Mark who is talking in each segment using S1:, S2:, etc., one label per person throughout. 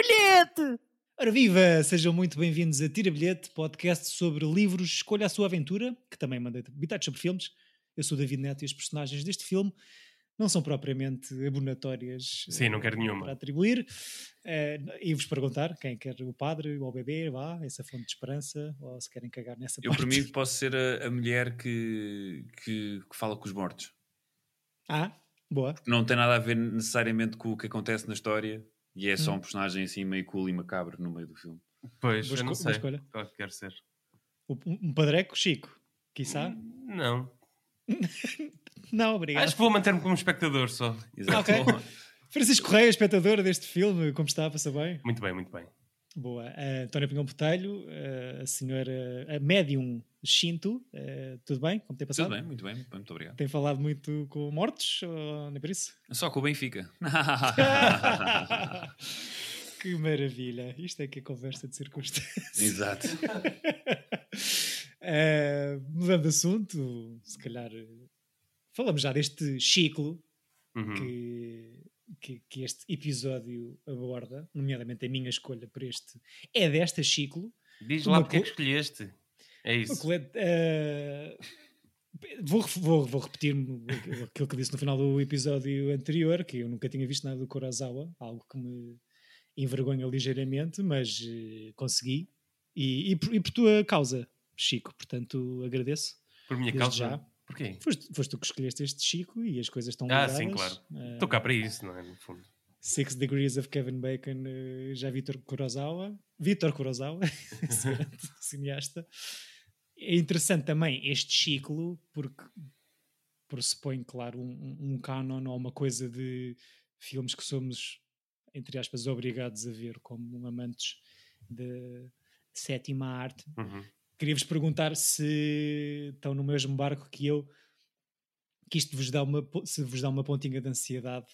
S1: bilhete!
S2: Ora viva! Sejam muito bem-vindos a Tira Bilhete, podcast sobre livros Escolha a Sua Aventura, que também mandei bitados sobre filmes. Eu sou o David Neto e as personagens deste filme não são propriamente abonatórias
S3: Sim, não
S2: eh,
S3: quero nenhuma.
S2: para atribuir. Eh, e vos perguntar quem quer o padre ou o bebê, vá, essa fonte de esperança, ou se querem cagar nessa
S4: Eu,
S2: parte.
S4: por mim, posso ser a, a mulher que, que, que fala com os mortos.
S2: Ah, boa.
S4: Não tem nada a ver necessariamente com o que acontece na história e é só um personagem assim meio cool e macabro no meio do filme.
S3: Pois,
S2: Boa
S3: eu não
S2: esco- boa
S3: sei
S2: escolha.
S3: qual é que quer ser.
S2: Um- Um padreco, Chico, quiçá?
S3: Não.
S2: Não, obrigado.
S3: Hum. Acho que vou manter-me como espectador só.
S4: Exato.
S2: Ok. Francisco Correia, espectador deste filme, como está? Passa bem?
S3: Muito bem, muito bem.
S2: Boa. A Antónia Pinhão Botelho, eh, a senhora, a médium Shinto, eh, tudo bem? Como tem passado?
S4: Tudo bem, muito bem, muito bem, muito obrigado.
S2: Tem falado muito com mortos, ou não é por isso?
S4: Só com o Benfica.
S2: que maravilha! Isto é que é conversa de circunstâncias.
S4: Exato.
S2: Eh, mudando de assunto, se calhar eh, falamos já deste ciclo
S4: Hum.
S3: Uhum.
S2: que, que, que este episódio aborda, nomeadamente a minha escolha para este, é desta ciclo.
S3: Diz
S2: uma
S3: lá porque é que
S2: co-
S3: escolheste. É
S2: Uma
S3: isso.
S2: coleta, eh, vou, ref- vou, vou repetir-me aquilo que disse no final do episódio anterior, que eu nunca tinha visto nada do Kurosawa, algo que me envergonha ligeiramente, mas eh, consegui. E, e por, e por tua causa, Chico, portanto agradeço.
S3: Por minha
S2: desde
S3: causa.
S2: já.
S3: Porquê?
S2: Foste, foste tu que escolheste este Chico e as coisas estão
S3: Ah,
S2: ligadas.
S3: sim, claro.
S2: Eh,
S3: Estou cá para isso, não é? No fundo.
S2: Six Degrees of Kevin Bacon, eh, já Vitor Kurosawa. Vitor Kurosawa, esse grande cineasta. É interessante também este ciclo, porque pressupõe, claro, um, um- um canon ou uma coisa de filmes que somos, entre aspas, obrigados a ver como amantes de sétima arte
S3: Uhum.
S2: queria-vos perguntar se estão no mesmo barco que eu, que isto vos dá uma, po- se vos dá uma pontinha de ansiedade,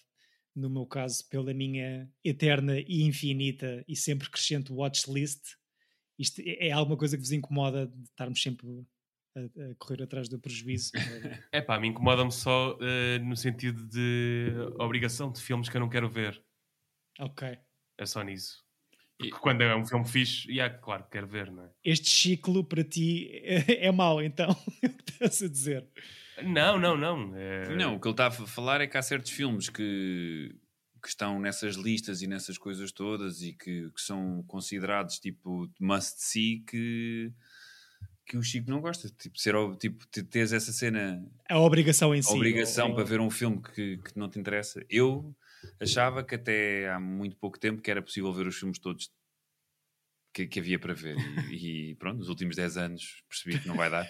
S2: no meu caso, pela minha eterna e infinita e sempre crescente watchlist. Isto é é alguma coisa que vos incomoda de estarmos sempre a, a correr atrás do prejuízo.
S3: É pá, me incomoda-me só eh, no sentido de obrigação de filmes que eu não quero ver.
S2: ok.
S3: É só nisso.
S4: E-
S3: Porque quando é um filme fixe, e yeah, claro que quero ver, não é?
S2: Este ciclo para ti é, é mau, então, é o que estás a dizer.
S3: Não, não, não. eh,
S4: Não, o que ele está a falar é que há certos filmes que, que estão nessas listas e nessas coisas todas e que, que são considerados tipo must-see que, que o Chico não gosta. Tipo, ser, ob- tipo te- teres essa cena,
S2: A obrigação em
S4: a
S2: si.
S4: obrigação
S2: ou- ou-
S4: para ver um filme que, que não te interessa. Eu achava que até há muito pouco tempo que era possível ver os filmes todos que, que havia para ver. E, e pronto, nos últimos 10 anos percebi que não vai dar.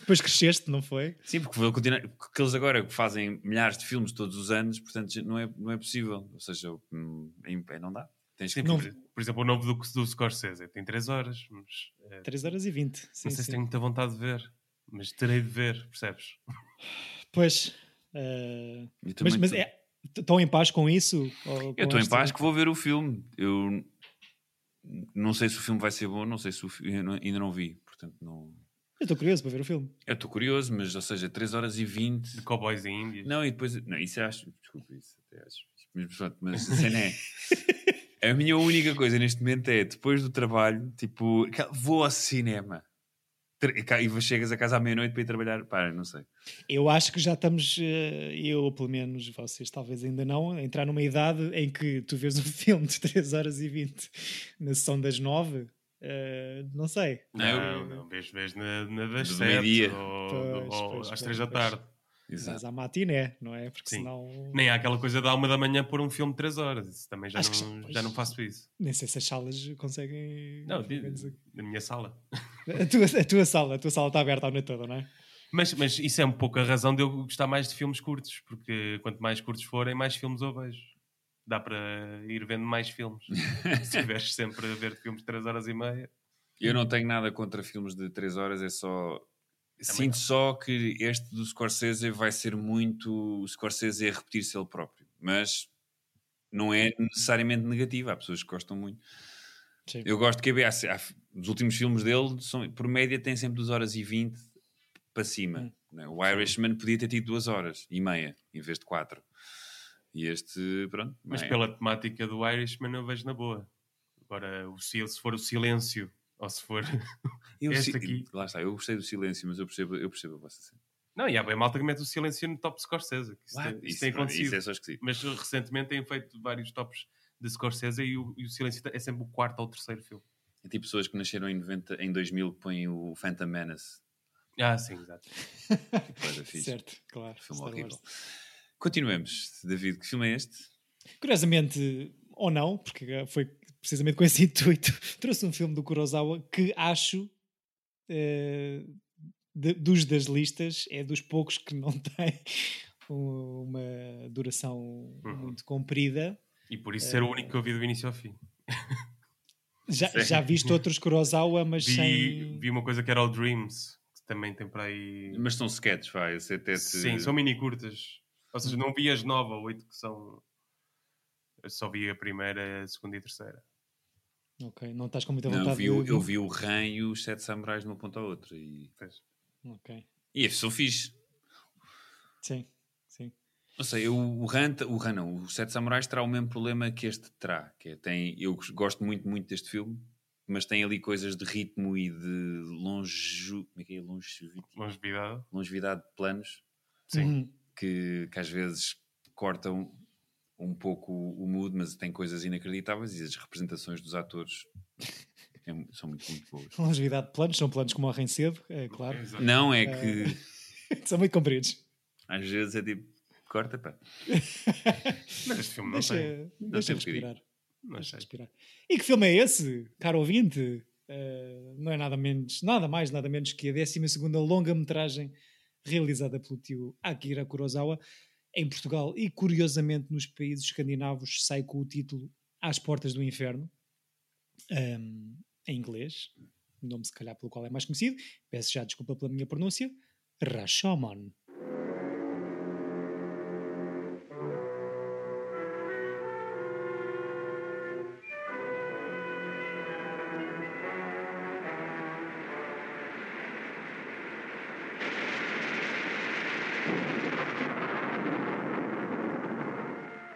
S2: Depois cresceste, não foi?
S4: Sim, porque vou continuar, porque eles agora fazem milhares de filmes todos os anos, portanto não é, não é possível. Ou seja, hum, é- é- não dá. Tens que
S3: Sim, por, por exemplo, o novo do, do Scorsese tem 3 horas, mas eh,
S2: 3 horas e 20. Sim,
S3: não sei se
S2: sim.
S3: tenho muita vontade de ver, mas terei de ver, percebes?
S2: Pois. eh,
S4: Eu
S2: mas
S4: também
S2: mas
S4: tô-
S2: é- estão em paz com isso? Ou com
S4: eu estou em
S2: esta-
S4: paz que vou ver o filme. Eu não sei se o filme vai ser bom, não sei se o fi- eu não- ainda não vi, portanto não.
S2: Eu estou curioso para ver o filme.
S4: Eu estou curioso, mas ou seja, 3 horas e 20.
S3: De Cowboys e Índias.
S4: Não, e depois. Não, isso eu acho. Desculpa, isso até acho. Mas pronto, mas a cena é. A minha única coisa neste momento é, depois do trabalho, tipo, ca- vou ao cinema. Tre- E ca- e chegas a casa à meia-noite para ir trabalhar. Pá, não sei.
S2: Eu acho que já estamos, eh, eu pelo menos, vocês talvez ainda não, a entrar numa idade em que tu vês um filme de 3 horas e 20 na sessão das 9. eh, não sei.
S3: não,
S4: Não,
S3: não, vês, vês na, na das
S4: Do
S3: 7
S4: meio-dia.
S3: ou,
S2: Pois,
S3: ou
S2: pois,
S3: às
S2: pois,
S3: 3 da
S2: pois.
S3: tarde.
S4: Exato.
S2: Mas à matiné, não é? Porque
S3: Sim.
S2: senão. Nem,
S3: Nem há aquela coisa da alma da manhã pôr um filme de 3 horas. Isso também já
S2: Acho que
S3: não,
S2: já-
S3: já não faço isso.
S2: sei se as salas conseguem.
S3: Não,
S2: pelo menos
S3: de- na minha sala.
S2: a, a tua, a tua sala, a tua sala está aberta a noite toda, não é?
S3: Mas, mas isso é um pouco a razão de eu gostar mais de filmes curtos, porque quanto mais curtos forem, mais filmes eu vejo. Dá para ir vendo mais filmes. Se estiveres sempre a ver filmes de 3 horas e meia.
S4: Eu não tenho nada contra filmes de 3 horas, é só. Sinto
S3: não.
S4: só que este do Scorsese vai ser muito. O Scorsese a repetir-se ele próprio. Mas não é necessariamente negativo. Há pessoas que gostam muito.
S2: Sim.
S4: Eu gosto que há, há, os últimos filmes dele, são, por média, têm sempre 2 horas e 20 para cima.
S2: Hum.
S4: né? O Irishman podia ter tido 2 horas e meia em vez de 4. E este, pronto.
S3: Mas
S4: não é?
S3: pela temática do Irishman eu vejo na boa. Agora, o sil- se for o silêncio, ou se for.
S4: Eu
S3: Este
S4: si-
S3: aqui.
S4: Lá está, eu gostei do silêncio, mas eu percebo, eu percebo a vossa cena.
S3: Não, e há bem malta que mete o silêncio no top de Scorsese.
S2: é
S3: que Isso,
S4: What?
S3: tem, isso
S4: Isso,
S3: tem
S4: pronto,
S3: acontecido.
S4: isso é só esquisito.
S3: Mas recentemente têm feito vários tops de Scorsese e o, e o silêncio é sempre o quarto ou o terceiro filme.
S4: É tipo pessoas que nasceram em, 90, em 2000 que põem o Phantom Menace.
S3: Ah, sim, exato.
S4: Coisa fixe.
S2: Certo, claro.
S4: Filme
S2: Star
S4: horrível.
S2: Wars.
S4: Continuemos. David, que filme é este?
S2: Curiosamente, ou não, porque eh, foi precisamente com esse intuito, trouxe um filme do Kurosawa que acho, eh, de- dos das listas, é dos poucos que não tem uma duração
S4: Uhum.
S2: muito comprida.
S3: E por isso ser o único que eu vi do início ao fim.
S2: Já,
S4: Sim.
S2: já viste outros Kurosawa, mas
S3: Vi,
S2: sem.
S3: vi uma coisa que era o Dreams, que também tem para aí.
S4: Mas são sketches, vai. eu sei até te-
S3: Sim, são mini curtas. Ou seja, não vi as nove ou oito que são. Eu só vi a primeira, a segunda e a terceira.
S2: Ok, não estás com muita
S4: Não,
S2: vontade
S4: eu vi, o-
S2: de.
S4: eu vi o Ren e os Sete Samurais de uma ponta à outra. E,
S3: Pois.
S2: Ok,
S4: e esses são fixe.
S2: sim, sim.
S4: Não sei, eu, o Ran, o Ran não, o Sete Samurais terá o mesmo problema que este terá. Que é, tem, eu gos- gosto muito, muito deste filme, mas tem ali coisas de ritmo e de longe, como é que é? Longevi-
S3: Longevidade.
S4: longevidade de planos
S3: Sim.
S2: Uhum.
S4: que, que às vezes cortam um pouco o mood, mas tem coisas inacreditáveis e as representações dos atores é mu- são muito, muito boas.
S2: Longevidade de planos, são planos que morrem cedo, é claro.
S3: Exato.
S4: Não é
S2: É.
S4: que Uhum.
S2: são muito compridos.
S4: às vezes é tipo, corta pá.
S3: Mas este filme não
S2: Deixa,
S3: tem.
S2: deixa
S4: tem um bocadinho.
S2: respirar.
S3: Não
S2: Deixa
S3: sei.
S2: respirar. E que filme é esse, caro ouvinte? Eh, não é nada menos, nada mais, nada menos que a 12 longa-metragem realizada pelo tio Akira Kurosawa em Portugal e, curiosamente, nos países escandinavos, sai com o título Às Portas do Inferno, ehm, em inglês, nome se calhar pelo qual é mais conhecido. Peço já desculpa pela minha pronúncia. Rashomon.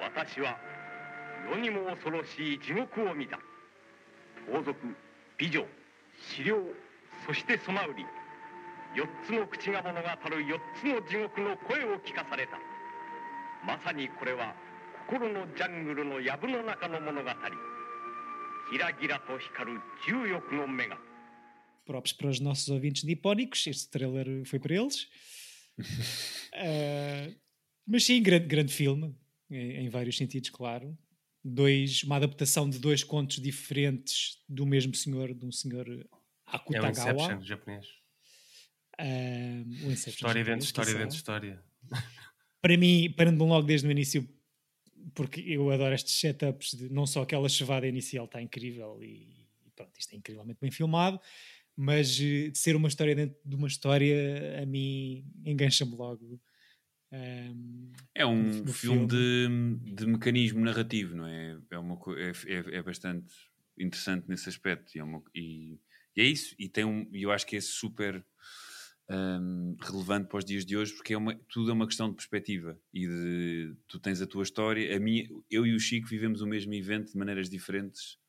S1: 私は世にも恐ろしい地獄を見た王族美女狩猟そしてソマウリ四つの口が物語る四つの地獄の声を聞かされたまさにこれは心のジャングルの藪の中の物語ギラギラと光る重欲の目が
S2: próprios para os nossos ouvintes nipónicos. Este trailer foi para eles. Ah, mas sim, grande, grande filme, em, em vários sentidos, claro. Dois, uma adaptação de dois contos diferentes do mesmo senhor, de um senhor
S3: É um
S2: Akutagawa.
S3: Inception japonês.
S2: Ah, o Inception
S3: História dentro
S2: japonês,
S3: de história
S2: quizá.
S3: dentro de história.
S2: Para mim, parando logo desde o início, porque eu adoro estes setups, de, não só aquela chevada inicial está incrível e, e pronto, isto é incrivelmente bem filmado, mas eh, de ser uma história dentro de uma história, a mim engancha-me logo. Ahm,
S4: É um
S2: Do
S4: filme de, de mecanismo narrativo, não é? É, uma, co- é, é, é bastante interessante nesse aspecto. E é, uma- e- e é isso. E tem um, e eu acho que é super hum, relevante para os dias de hoje, porque é uma, tudo é uma questão de perspectiva. E de, tu tens a tua história. A minha, eu e o Chico vivemos o mesmo evento de maneiras diferentes.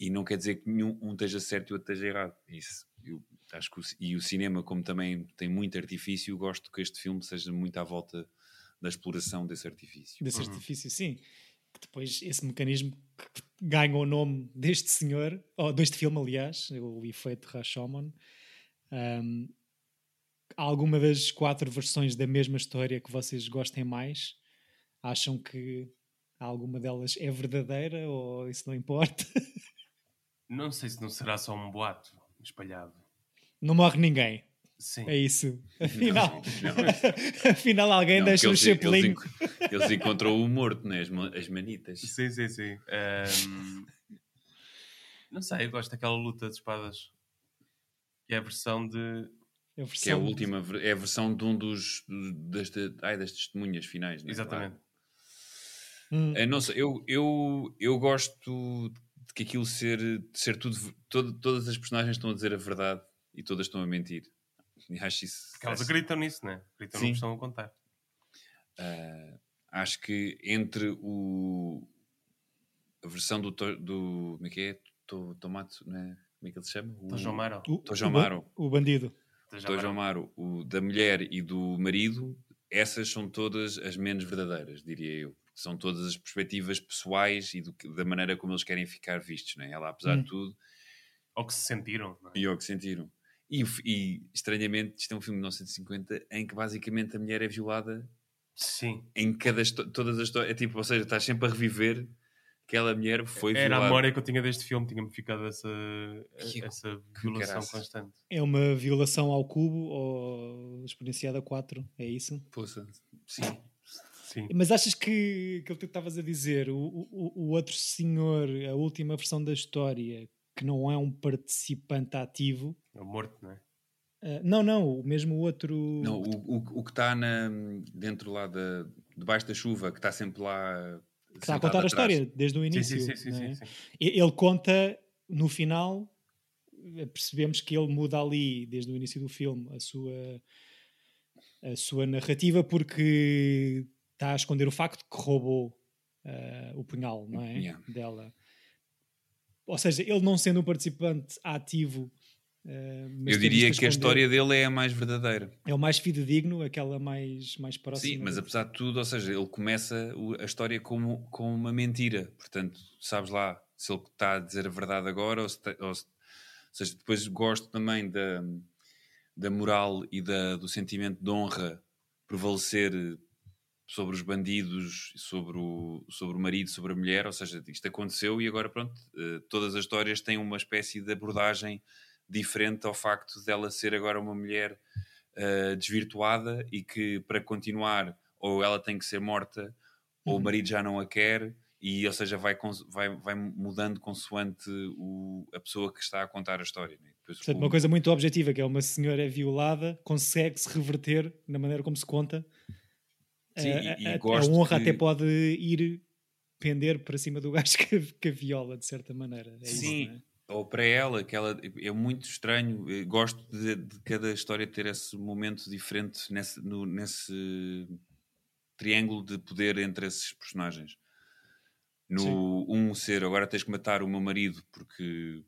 S4: E não quer dizer que nenhum um esteja certo e o outro esteja errado. Isso. Eu acho que o ci- e o cinema, como também tem muito artifício, gosto que este filme seja muito à volta da exploração desse artifício.
S2: Tipo, desse
S3: Uhum.
S2: artifício, sim. Que depois esse mecanismo que ganha o nome deste senhor, ou deste filme, aliás, o efeito Rashomon. Ahm, há alguma das quatro versões da mesma história que vocês gostem mais? Acham que alguma delas é verdadeira ou isso não importa?
S3: Não sei se não será só um boato espalhado.
S2: Não morre ninguém,
S3: Sim.
S2: é isso. Afinal,
S4: não.
S2: afinal alguém
S4: Não,
S2: deixa
S4: porque
S2: o
S4: eles- eles
S2: chapelinho.
S4: enco- Eles encontram o morto, né? as, ma- as manitas.
S3: Sim, sim, sim. Ahm, Não sei, eu gosto daquela luta de espadas. Que é a versão de.
S2: A
S4: Que é a
S2: versão-
S4: última, ver- é a versão de um dos, do- das, te- ai, das testemunhas finais,
S3: É
S4: né?
S3: Exatamente.
S2: Hum,
S4: Claro. Eh, não sei, eu, eu, eu gosto de que aquilo ser, de ser tudo, ver- todo- todas as personagens estão a dizer a verdade e todas estão a mentir. E Acho isso.
S3: Porque elas
S4: acho-
S3: acreditam nisso, né? Acreditam no
S4: Sim.
S3: que estão a contar.
S4: eh, Ah, acho que entre o, a versão do, to- do. Como é que é? To- Tomate, não é? Como é que ele se chama? O-
S3: Tojomaro.
S2: O,
S4: Tojo
S2: o ba-
S4: Amaro.
S2: O bandido.
S4: Tojomaro, o da mulher e do marido, essas são todas as menos verdadeiras, diria eu. São todas as perspectivas pessoais e do que- da maneira como eles querem ficar vistos, né? Ela, apesar
S2: Hum.
S4: de tudo,
S3: Ou que se sentiram. não é?
S4: e ao que sentiram. E, o fi- e, estranhamente, isto é um filme de 1950 em que basicamente a mulher é violada
S3: Sim.
S4: em cada histó- todas as histórias. É tipo, ou seja, estás sempre a reviver que aquela mulher foi
S3: Era a
S4: violada.
S3: memória que eu tinha deste filme. Tinha-me ficado essa,
S4: Que-
S3: essa violação
S4: caraças.
S3: constante.
S2: É uma violação ao cubo ou exponenciada a 4, é isso?
S4: Poça, sim.
S3: Sim.
S2: Mas achas que aquilo que tu estavas a dizer, o, o, o outro senhor, a última versão da história, que não é um participante ativo,
S3: É o morto, não é?
S2: ah, não, não, o mesmo outro.
S4: Não, o, o, o que está na- dentro lá da, debaixo da chuva, que está sempre lá.
S2: que está a contar a história desde o
S3: Sim,
S2: início.
S3: sim, sim, sim,
S2: não é?
S3: sim, sim.
S2: E- Ele conta no final, eh, percebemos que ele muda ali desde o início do filme a sua a sua narrativa porque está a esconder o facto que roubou eh, o punhal, não é?
S4: Yeah.
S2: Dela. Ou seja, ele não sendo um participante ativo, eh, mas tendo
S4: Eu diria
S2: isto
S4: que a
S2: esconder,
S4: história dele é a mais verdadeira.
S2: é o mais fidedigno, aquela mais mais próxima.
S4: Sim, mas
S2: do-
S4: apesar de tudo, ou seja, ele começa o- a história como, com uma mentira. Portanto, sabes lá se ele está a dizer a verdade agora ou se. te- ou se- ou seja, depois gosto também da, da moral e da, do sentimento de honra prevalecer sobre os bandidos, sobre o, sobre o marido, sobre a mulher. Ou seja, isto aconteceu e agora pronto, eh, todas as histórias têm uma espécie de abordagem diferente ao facto dela ser agora uma mulher uh, desvirtuada e que para continuar ou ela tem que ser morta ou
S2: Uhum.
S4: o marido já não a quer e ou seja vai cons- vai, vai mudando consoante o, a pessoa que está a contar a história né? Depois
S2: Portanto,
S4: o-
S2: uma coisa muito objetiva, que é uma senhora é violada, consegue-se reverter na maneira como se conta.
S4: Sim,
S2: a,
S4: e- e
S2: a- a
S4: gosto
S2: honra
S4: que-
S2: até pode ir pender para cima do gajo que, que a viola, de certa maneira. É isso,
S4: Sim.
S2: não é?
S4: ou para ela que ela é muito estranho eh, gosto de, de cada história ter esse momento diferente nesse, no- nesse triângulo de poder entre esses personagens no um ser agora tens que matar o meu marido porque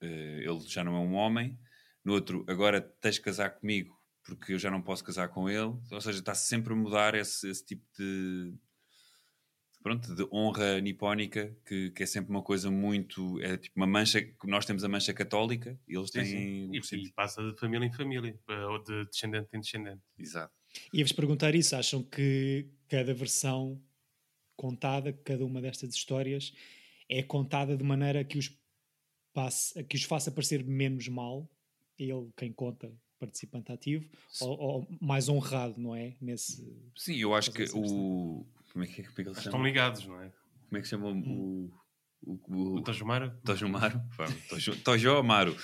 S4: eh, ele já não é um homem no outro agora tens que casar comigo porque eu já não posso casar com ele ou seja está sempre a mudar esse, esse tipo de pronto, de honra nipónica, que, que é sempre uma coisa muito. É tipo uma mancha. que Nós temos a mancha católica e eles
S3: Sim,
S4: têm.
S3: sim.
S4: o
S3: E,
S4: sentido-
S3: e passa de família em família, eh, ou de descendente em descendente.
S4: Exato.
S2: Ia-vos perguntar isso. Acham que cada versão contada, cada uma destas histórias, é contada de maneira que os, passe, que os faça parecer menos mal? Ele, quem conta, participante ativo, ou, ou mais honrado, não é? Nesse,
S4: Sim, eu acho
S2: Mas
S4: que
S2: isso é
S4: o. Como é que, é- como é que ele se
S3: Estão
S4: chama?
S3: ligados, não é?
S4: Como é que se chama o. O, o,
S3: O
S4: o
S3: Tojomaro?
S4: Tojo Amaro? Vá, o Tojo- Tojo Amaro.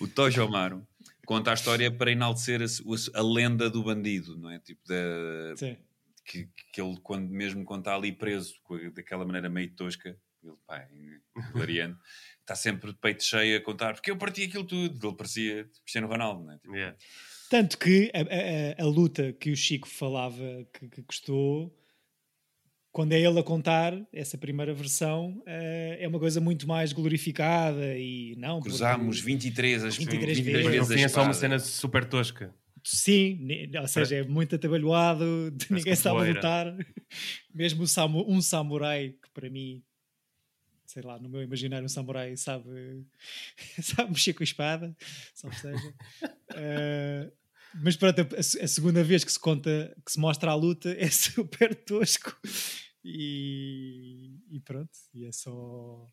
S4: O Tojo Amaro conta a história para enaltecer a, su- a su- a lenda do bandido, não é? Tipo, da,
S2: Sim.
S4: que, que ele, quando, mesmo quando está ali preso, com a- daquela maneira meio tosca, ele, pá, é hilariante, está sempre de peito cheio a contar, porque eu parti aquilo tudo. Ele parecia Cristiano Ronaldo, não é? Tipo,
S3: Yeah.
S2: Tanto que a, a- a- a luta que o Chico falava que, que custou, quando é ele a contar essa primeira versão, eh, é uma coisa muito mais glorificada e não. porque-
S4: Cruzámos 23 as
S2: 23
S3: Mas
S2: vezes.
S3: no
S4: as
S3: fim é só uma
S4: espadas."
S3: cena super tosca.
S2: Sim, ne- ou seja, é muito atabalhoado, de- ninguém
S3: com
S2: sabe
S3: poeira.
S2: lutar. Mesmo o samu- um samurai, que para mim, sei lá, no meu imaginário, um samurai sabe, sabe mexer com a espada, salve seja. Eh, mas pronto, a, a se- a segunda vez que se conta, que se mostra a luta, é super tosco. E, e pronto, e é só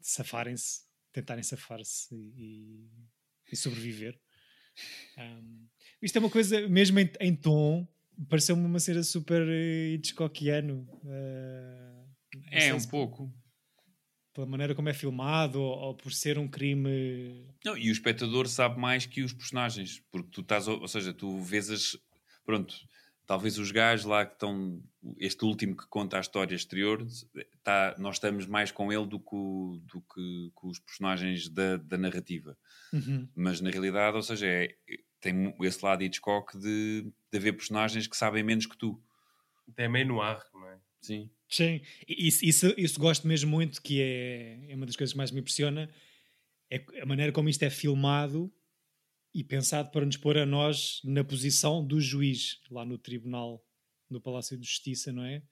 S2: safarem-se, tentarem safar-se e, e sobreviver. Um, isto é uma coisa, mesmo em, em tom, pareceu-me uma cena super eh, Hitchcockiano. eh, não
S4: É,
S2: sei
S4: um
S2: se
S4: pouco.
S2: Pela maneira como é filmado, ou, ou por ser um crime.
S4: Não, e o espectador sabe mais que os personagens, porque tu estás, ou ou seja, tu vês as. Pronto, talvez os gajos lá que estão. Este último que conta a história exterior, tá, nós estamos mais com ele do que, o- do que com os personagens da, da narrativa.
S2: Uhum.
S4: Mas na realidade, ou seja, é- tem mu- esse lado Hitchcock de, de haver personagens que sabem menos que tu.
S3: Até é meio noir, não é?
S4: Sim.
S2: Sim, isso, isso, isso gosto mesmo muito, que é, é uma das coisas que mais me impressiona, é a maneira como isto é filmado e pensado para nos pôr a nós na posição do juiz, lá no tribunal, no Palácio de Justiça, não é?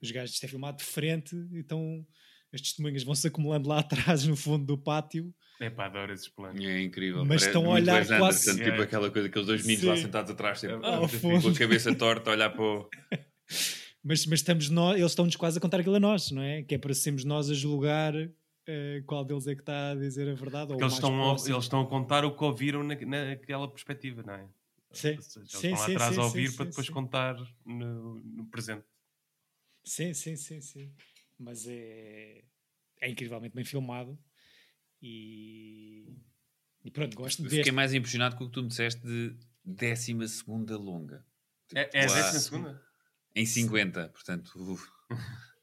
S2: Os gajos, isto é filmado de frente, então as testemunhas vão-se acumulando lá atrás, no fundo do pátio,
S3: É pá, adoro esses planos.
S4: É incrível.
S2: Mas
S4: parece
S2: estão a
S4: muito
S2: olhar
S4: Wes
S2: quase-
S4: Anderson, Tipo
S3: É.
S4: aquela coisa, aqueles dois meninos lá
S2: Sim. um-
S4: sentados atrás, sempre,
S3: Ah,
S2: ao
S4: com
S2: fundo.
S4: a cabeça torta, a olhar para o.
S2: mas, mas estamos nós, eles estão-nos quase a contar aquilo a nós, não é? Que é para sermos nós a julgar eh, qual deles é que está a dizer a verdade, ou o
S3: Porque eles
S2: mais
S3: estão, a,
S2: próximo.
S3: eles estão a contar o que ouviram na, naquela perspectiva, não é?
S2: Sim.
S3: Eles
S2: Sim,
S3: estão lá
S2: sim,
S3: atrás
S2: sim, sim,
S3: a ouvir
S2: sim,
S3: para depois
S2: sim.
S3: contar no, no presente.
S2: Sim, sim, sim, sim. Mas é, é incrivelmente bem filmado e, e pronto, gosto
S4: Eu
S2: deste.
S4: Fiquei mais impressionado com o que tu me disseste de 12 longa.
S2: Tipo,
S3: É, é a
S4: Uau.
S3: décima segunda?
S4: Em 50, portanto, uf,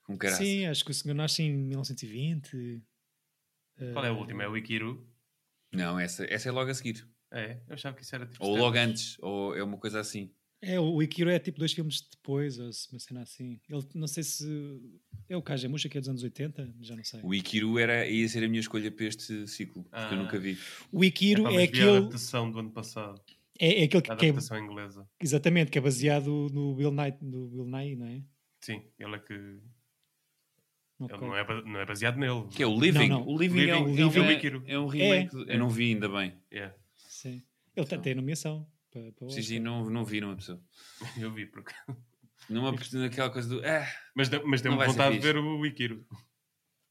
S4: um caralho.
S2: Sim, acho que o senhor nasce em 1920.
S3: Qual é
S2: Eh,
S3: o último? É o Ikiru?
S4: Não, essa, essa é logo a seguir.
S3: É, eu achava que isso era tipo.
S4: Ou
S3: sete.
S4: logo antes, ou é uma coisa assim.
S2: É, o Ikiro é tipo dois filmes depois, ou se uma cena assim. Ele, não sei se. É o Kajemusha que é dos anos 80? Já não sei.
S4: O Ikiru era, ia ser a minha escolha para este ciclo, porque
S3: Ah.
S4: eu nunca vi.
S2: O Ikiro
S3: Epá,
S2: é,
S3: mas vi a
S2: aquele,
S3: adaptação do ano passado.
S2: é, é aquele
S3: A
S2: que, que é.
S3: adaptação inglesa.
S2: Exatamente, que é baseado no Bill Nye, no Bill Nye não é?
S3: Sim, ele é que. ele
S2: No
S3: não, é, ba- não é baseado nele.
S4: Que é o Living.
S2: Não, não.
S4: O Living, é, um-
S2: Living,
S4: é um-
S2: Living.
S4: é-
S3: Ikiru.
S4: é um remake. do-
S3: É.
S4: Eu não vi ainda bem.
S3: Yeah,
S2: Sim. Ele tem- tem nomeação. Para, para o
S4: Então. Sim, sim,
S2: Oscar.
S4: não, não vi numa pessoa.
S3: eu vi por acaso.
S4: Numa, naquela coisa do. Ah,
S3: Mas, deu- mas
S4: Não
S3: deu-me
S4: vai ser
S3: vontade de
S4: fixe.
S3: ver o Ikiru.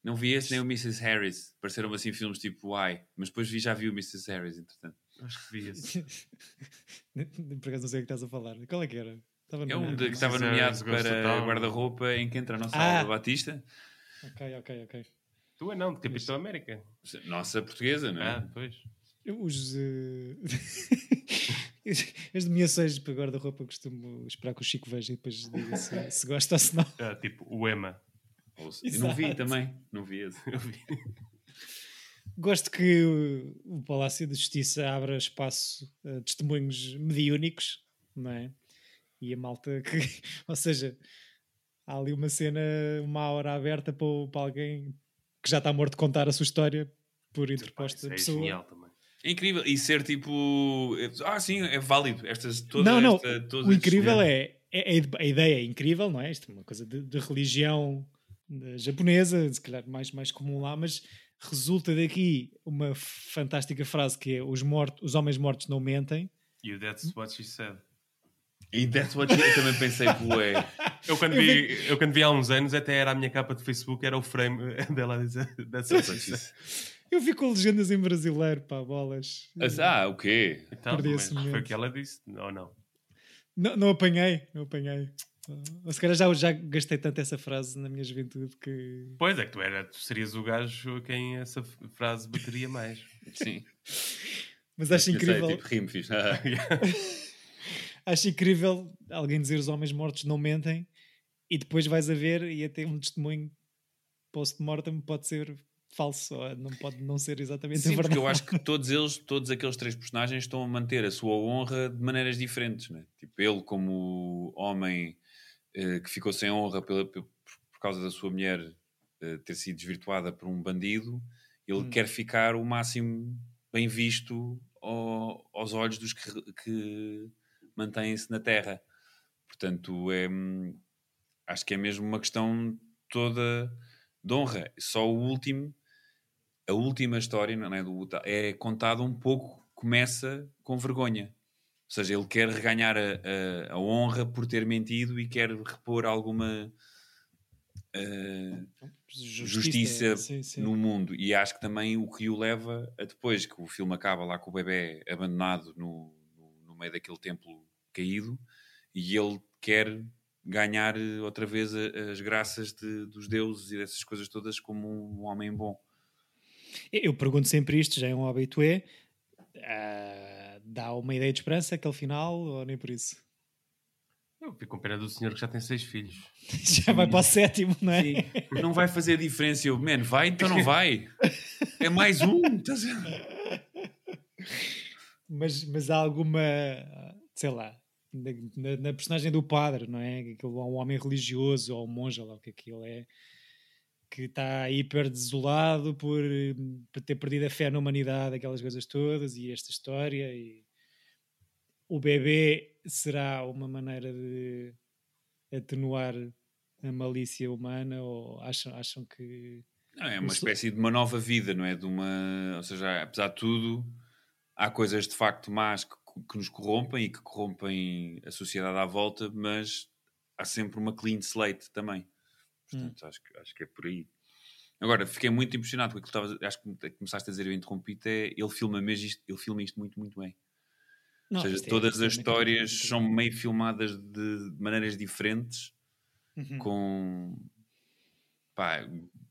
S4: não vi esse nem o Mrs. Harris. Pareceram assim filmes tipo Why. Mas depois vi, já vi o Mrs. Harris, entretanto.
S3: Acho que vi esse.
S2: Por acaso não sei o que estás a falar. Qual é que era? Estava
S4: É um
S2: nomeado,
S4: de- que
S2: não?
S4: estava
S3: Mrs. Harris,
S4: nomeado
S3: Ghost of Town.
S4: para guarda-roupa em que entra a nossa
S2: Ah.
S4: Alba Batista.
S2: Ok, ok, ok.
S3: Tu é não, de Capitão América.
S4: Nossa portuguesa, não é?
S3: Ah, pois.
S2: Os. eh, As nomeações para guarda-roupa costumo esperar que o Chico veja e depois diga se, se gosta ou se não.
S3: Ah, tipo, o Ema.
S4: Ou se- Eu não vi
S2: Exato.
S4: também, não vi esse.
S3: Eu vi.
S2: Gosto que o- o Palácio de Justiça abra espaço a testemunhos mediúnicos, não é? E a malta que. Ou seja, há ali uma cena, uma hora aberta para, o- para alguém que já está morto contar a sua história por
S3: Isso
S2: interposta
S3: é
S2: pessoa.
S3: genial também.
S4: É incrível. E ser tipo. é- Ah, sim, é válido. Estas, toda
S2: Não, não,
S4: Esta, todos
S2: O
S4: estes-
S2: incrível é, é- é- a ideia é incrível, não é? Isto é uma coisa de, de religião eh, japonesa, se calhar mais, mais comum lá, mas resulta daqui uma fantástica frase que é os, mortos, os homens mortos não mentem.
S3: E o That's What She Said.
S2: é-
S4: E that's what you- eu também pensei, boé.
S3: Eu quando,
S2: Eu
S3: vi, eu quando vi há uns anos, até era a minha capa de Facebook, era o frame eh, dela a dizer That's What She Said.
S2: Eu vi com legendas em brasileiro, pá, bolas.
S4: Ah, o quê?
S3: Então,
S2: Perdi
S3: mas
S2: esse
S3: foi o
S2: momento.
S3: que ela disse, ou não?
S2: Não, não apanhei, não apanhei. Ou se calhar já, já gastei tanto essa frase na minha juventude que.
S3: Pois é, que tu, era, tu serias o gajo a quem essa f- frase bateria mais.
S4: Sim.
S2: Mas acho
S4: Pensei,
S2: incrível. É
S4: Tipo, rimo, fiz. Ah,
S2: acho incrível alguém dizer os homens mortos não mentem e depois vais a ver e até um testemunho post-mortem pode ser falso, ou não pode não ser exatamente a
S4: Sim, porque
S2: verdade.
S4: eu acho que todos eles, todos aqueles três personagens estão a manter a sua honra de maneiras diferentes, né? Tipo, ele como homem eh, que ficou sem honra pela- pe- por causa da sua mulher eh, ter sido desvirtuada por um bandido, ele
S2: Hum.
S4: quer ficar o máximo bem visto ao- aos olhos dos que, re- que mantêm-se na terra. Portanto, é, hum, acho que é mesmo uma questão toda de honra. Só o último, a última história não é, do Uta- é contada um pouco, começa com vergonha. Ou seja, ele quer reganhar a, a- a honra por ter mentido e quer repor alguma ah, justiça
S2: sim, sim.
S4: no mundo. E acho que também o que o leva a depois que o filme acaba lá com o bebê abandonado no, no- no meio daquele templo caído e ele quer ganhar eh, outra vez a- as graças de- dos deuses e dessas coisas todas como um homem bom.
S2: Eu eu pergunto sempre isto, já é um habitué. ah, dá uma ideia de esperança aquele final ou nem por isso?
S3: Eu fico com pena do senhor que já tem seis filhos.
S2: Já
S4: Hum.
S2: vai para o sétimo, não é?
S4: Não vai fazer diferença. Eu, man, vai, então não vai. É mais um. estás a-
S2: Mas, mas há alguma, sei lá, na, na- na personagem do padre, não é? Aquele, um homem religioso ou um monge, ou lá o que aquilo é, que está hiper desolado por, eh, por ter perdido a fé na humanidade, aquelas coisas todas e esta história. E o bebê será uma maneira de atenuar a malícia humana ou acham, acham que.
S4: Não, é uma
S2: Isso-
S4: espécie de uma nova vida, não é? De uma, ou seja, apesar de tudo, há coisas de facto más que, que nos corrompem e que corrompem a sociedade à volta, mas há sempre uma clean slate também. Portanto,
S2: Hum.
S4: acho, que, acho que é por aí. Agora, fiquei muito impressionado com aquilo que estavas- acho que começaste a dizer, eu interrompi é ele filma mesmo isto, ele filma isto muito, muito bem.
S2: Não,
S4: Ou seja,
S2: isto é-
S4: todas
S2: isto é
S4: as
S2: uma coisa
S4: histórias
S2: muito-
S4: são meio filmadas de maneiras diferentes,
S2: Uhum.
S4: com... Pá,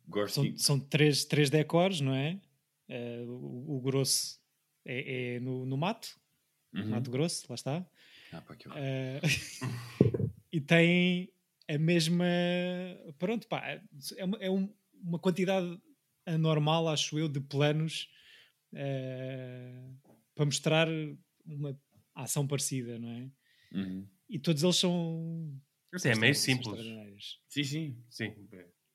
S4: gosto...
S2: São,
S4: im-
S2: são três, três decores, não é? Eh, o, o grosso é, é no, no mato,
S4: Uhum.
S2: mato grosso, lá está.
S4: Ah, pá, que horror.
S2: Eh, e tem a mesma. Pronto, pá, é uma, é um- uma quantidade anormal, acho eu, de planos eh, para mostrar uma ação parecida, não é?
S4: Uhum.
S2: E todos eles são.
S3: Até é meio
S2: são
S3: simples.
S2: extraordinários.
S4: Sim, sim.
S3: Sim.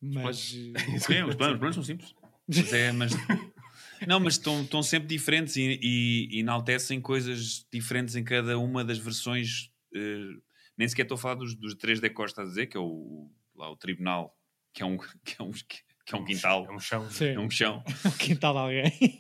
S2: Mas. eh,
S4: Sim, os planos, os planos são simples. Mas é, mas... Não, mas estão, estão sempre diferentes e, e enaltecem coisas diferentes em cada uma das versões. eh, nem sequer estou a falar dos, dos três decors, estás a dizer, que é o, lá, o tribunal, que é um, que é um, que é um quintal,
S3: É um chão.
S2: sim,
S4: é um chão.
S2: o quintal de alguém.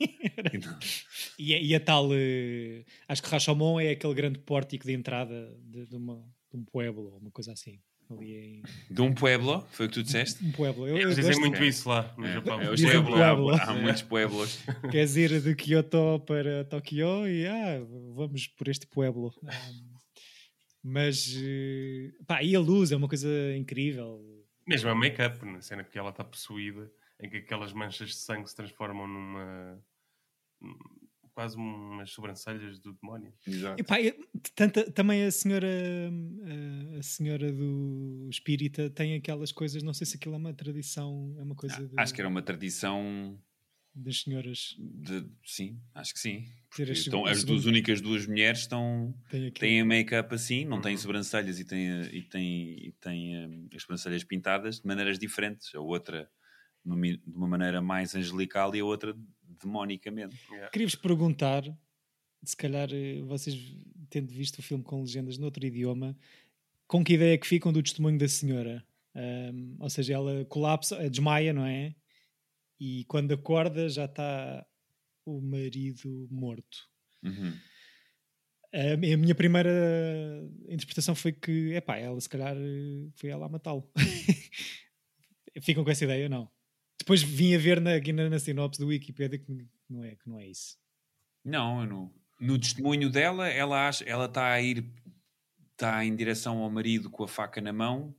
S2: E, a- e a tal. eh, acho que Rashomon é aquele grande pórtico de entrada de, de uma- de um pueblo, ou uma coisa assim. Ali
S4: De um pueblo, foi o que tu disseste?
S2: em, um pueblo. Eu, eu
S3: Eles dizem
S2: gosto,
S3: muito isso lá no
S4: É,
S3: Japão.
S4: é, os
S2: Dizem
S4: pueblos,
S2: pueblo.
S4: Há, há muitos pueblos.
S2: Queres ir de Kyoto para Tokyo e ah, vamos por este pueblo. Ah, mas. eh, pá, e a luz é uma coisa incrível.
S3: Mesmo a make-up, na cena que ela está possuída, em que aquelas manchas de sangue se transformam numa. num- quase umas sobrancelhas do demónio.
S4: Exato.
S2: E pá, eu- tanta, também a senhora, hum, a, a senhora do espírita tem aquelas coisas. Não sei se aquilo é uma tradição, é uma coisa de-
S4: Ah, Acho que era uma tradição
S2: das senhoras.
S4: de. Sim, acho que sim.
S2: Ter tipo
S4: Porque
S2: as
S4: estão,
S2: segun-
S4: as duas
S2: segundas-
S4: únicas duas mulheres estão
S2: Tem aquilo.
S4: têm make-up assim, não têm
S3: Uhum.
S4: sobrancelhas e têm, eh, e têm, e têm hum, as sobrancelhas pintadas de maneiras diferentes. A outra numa mi- de uma maneira mais angelical e a outra demonicamente.
S2: Queria-vos perguntar, se calhar eh, vocês tendo visto o filme com legendas noutro idioma, com que ideia é que ficam do testemunho da senhora? Ahm, ou seja, ela colapsa, eh, desmaia, não é? E quando acorda já está o marido morto.
S4: Uhum.
S2: A, mi- a minha primeira interpretação foi que, epá, ela se calhar eh, foi ela a matá-lo. Ficam com essa ideia ou não? Depois vim a ver na, aqui na, na sinopse do Wikipedia que não é, que não é isso.
S4: Não, eu não. No testemunho dela, ela acha, ela está a ir, está em direção ao marido com a faca na mão,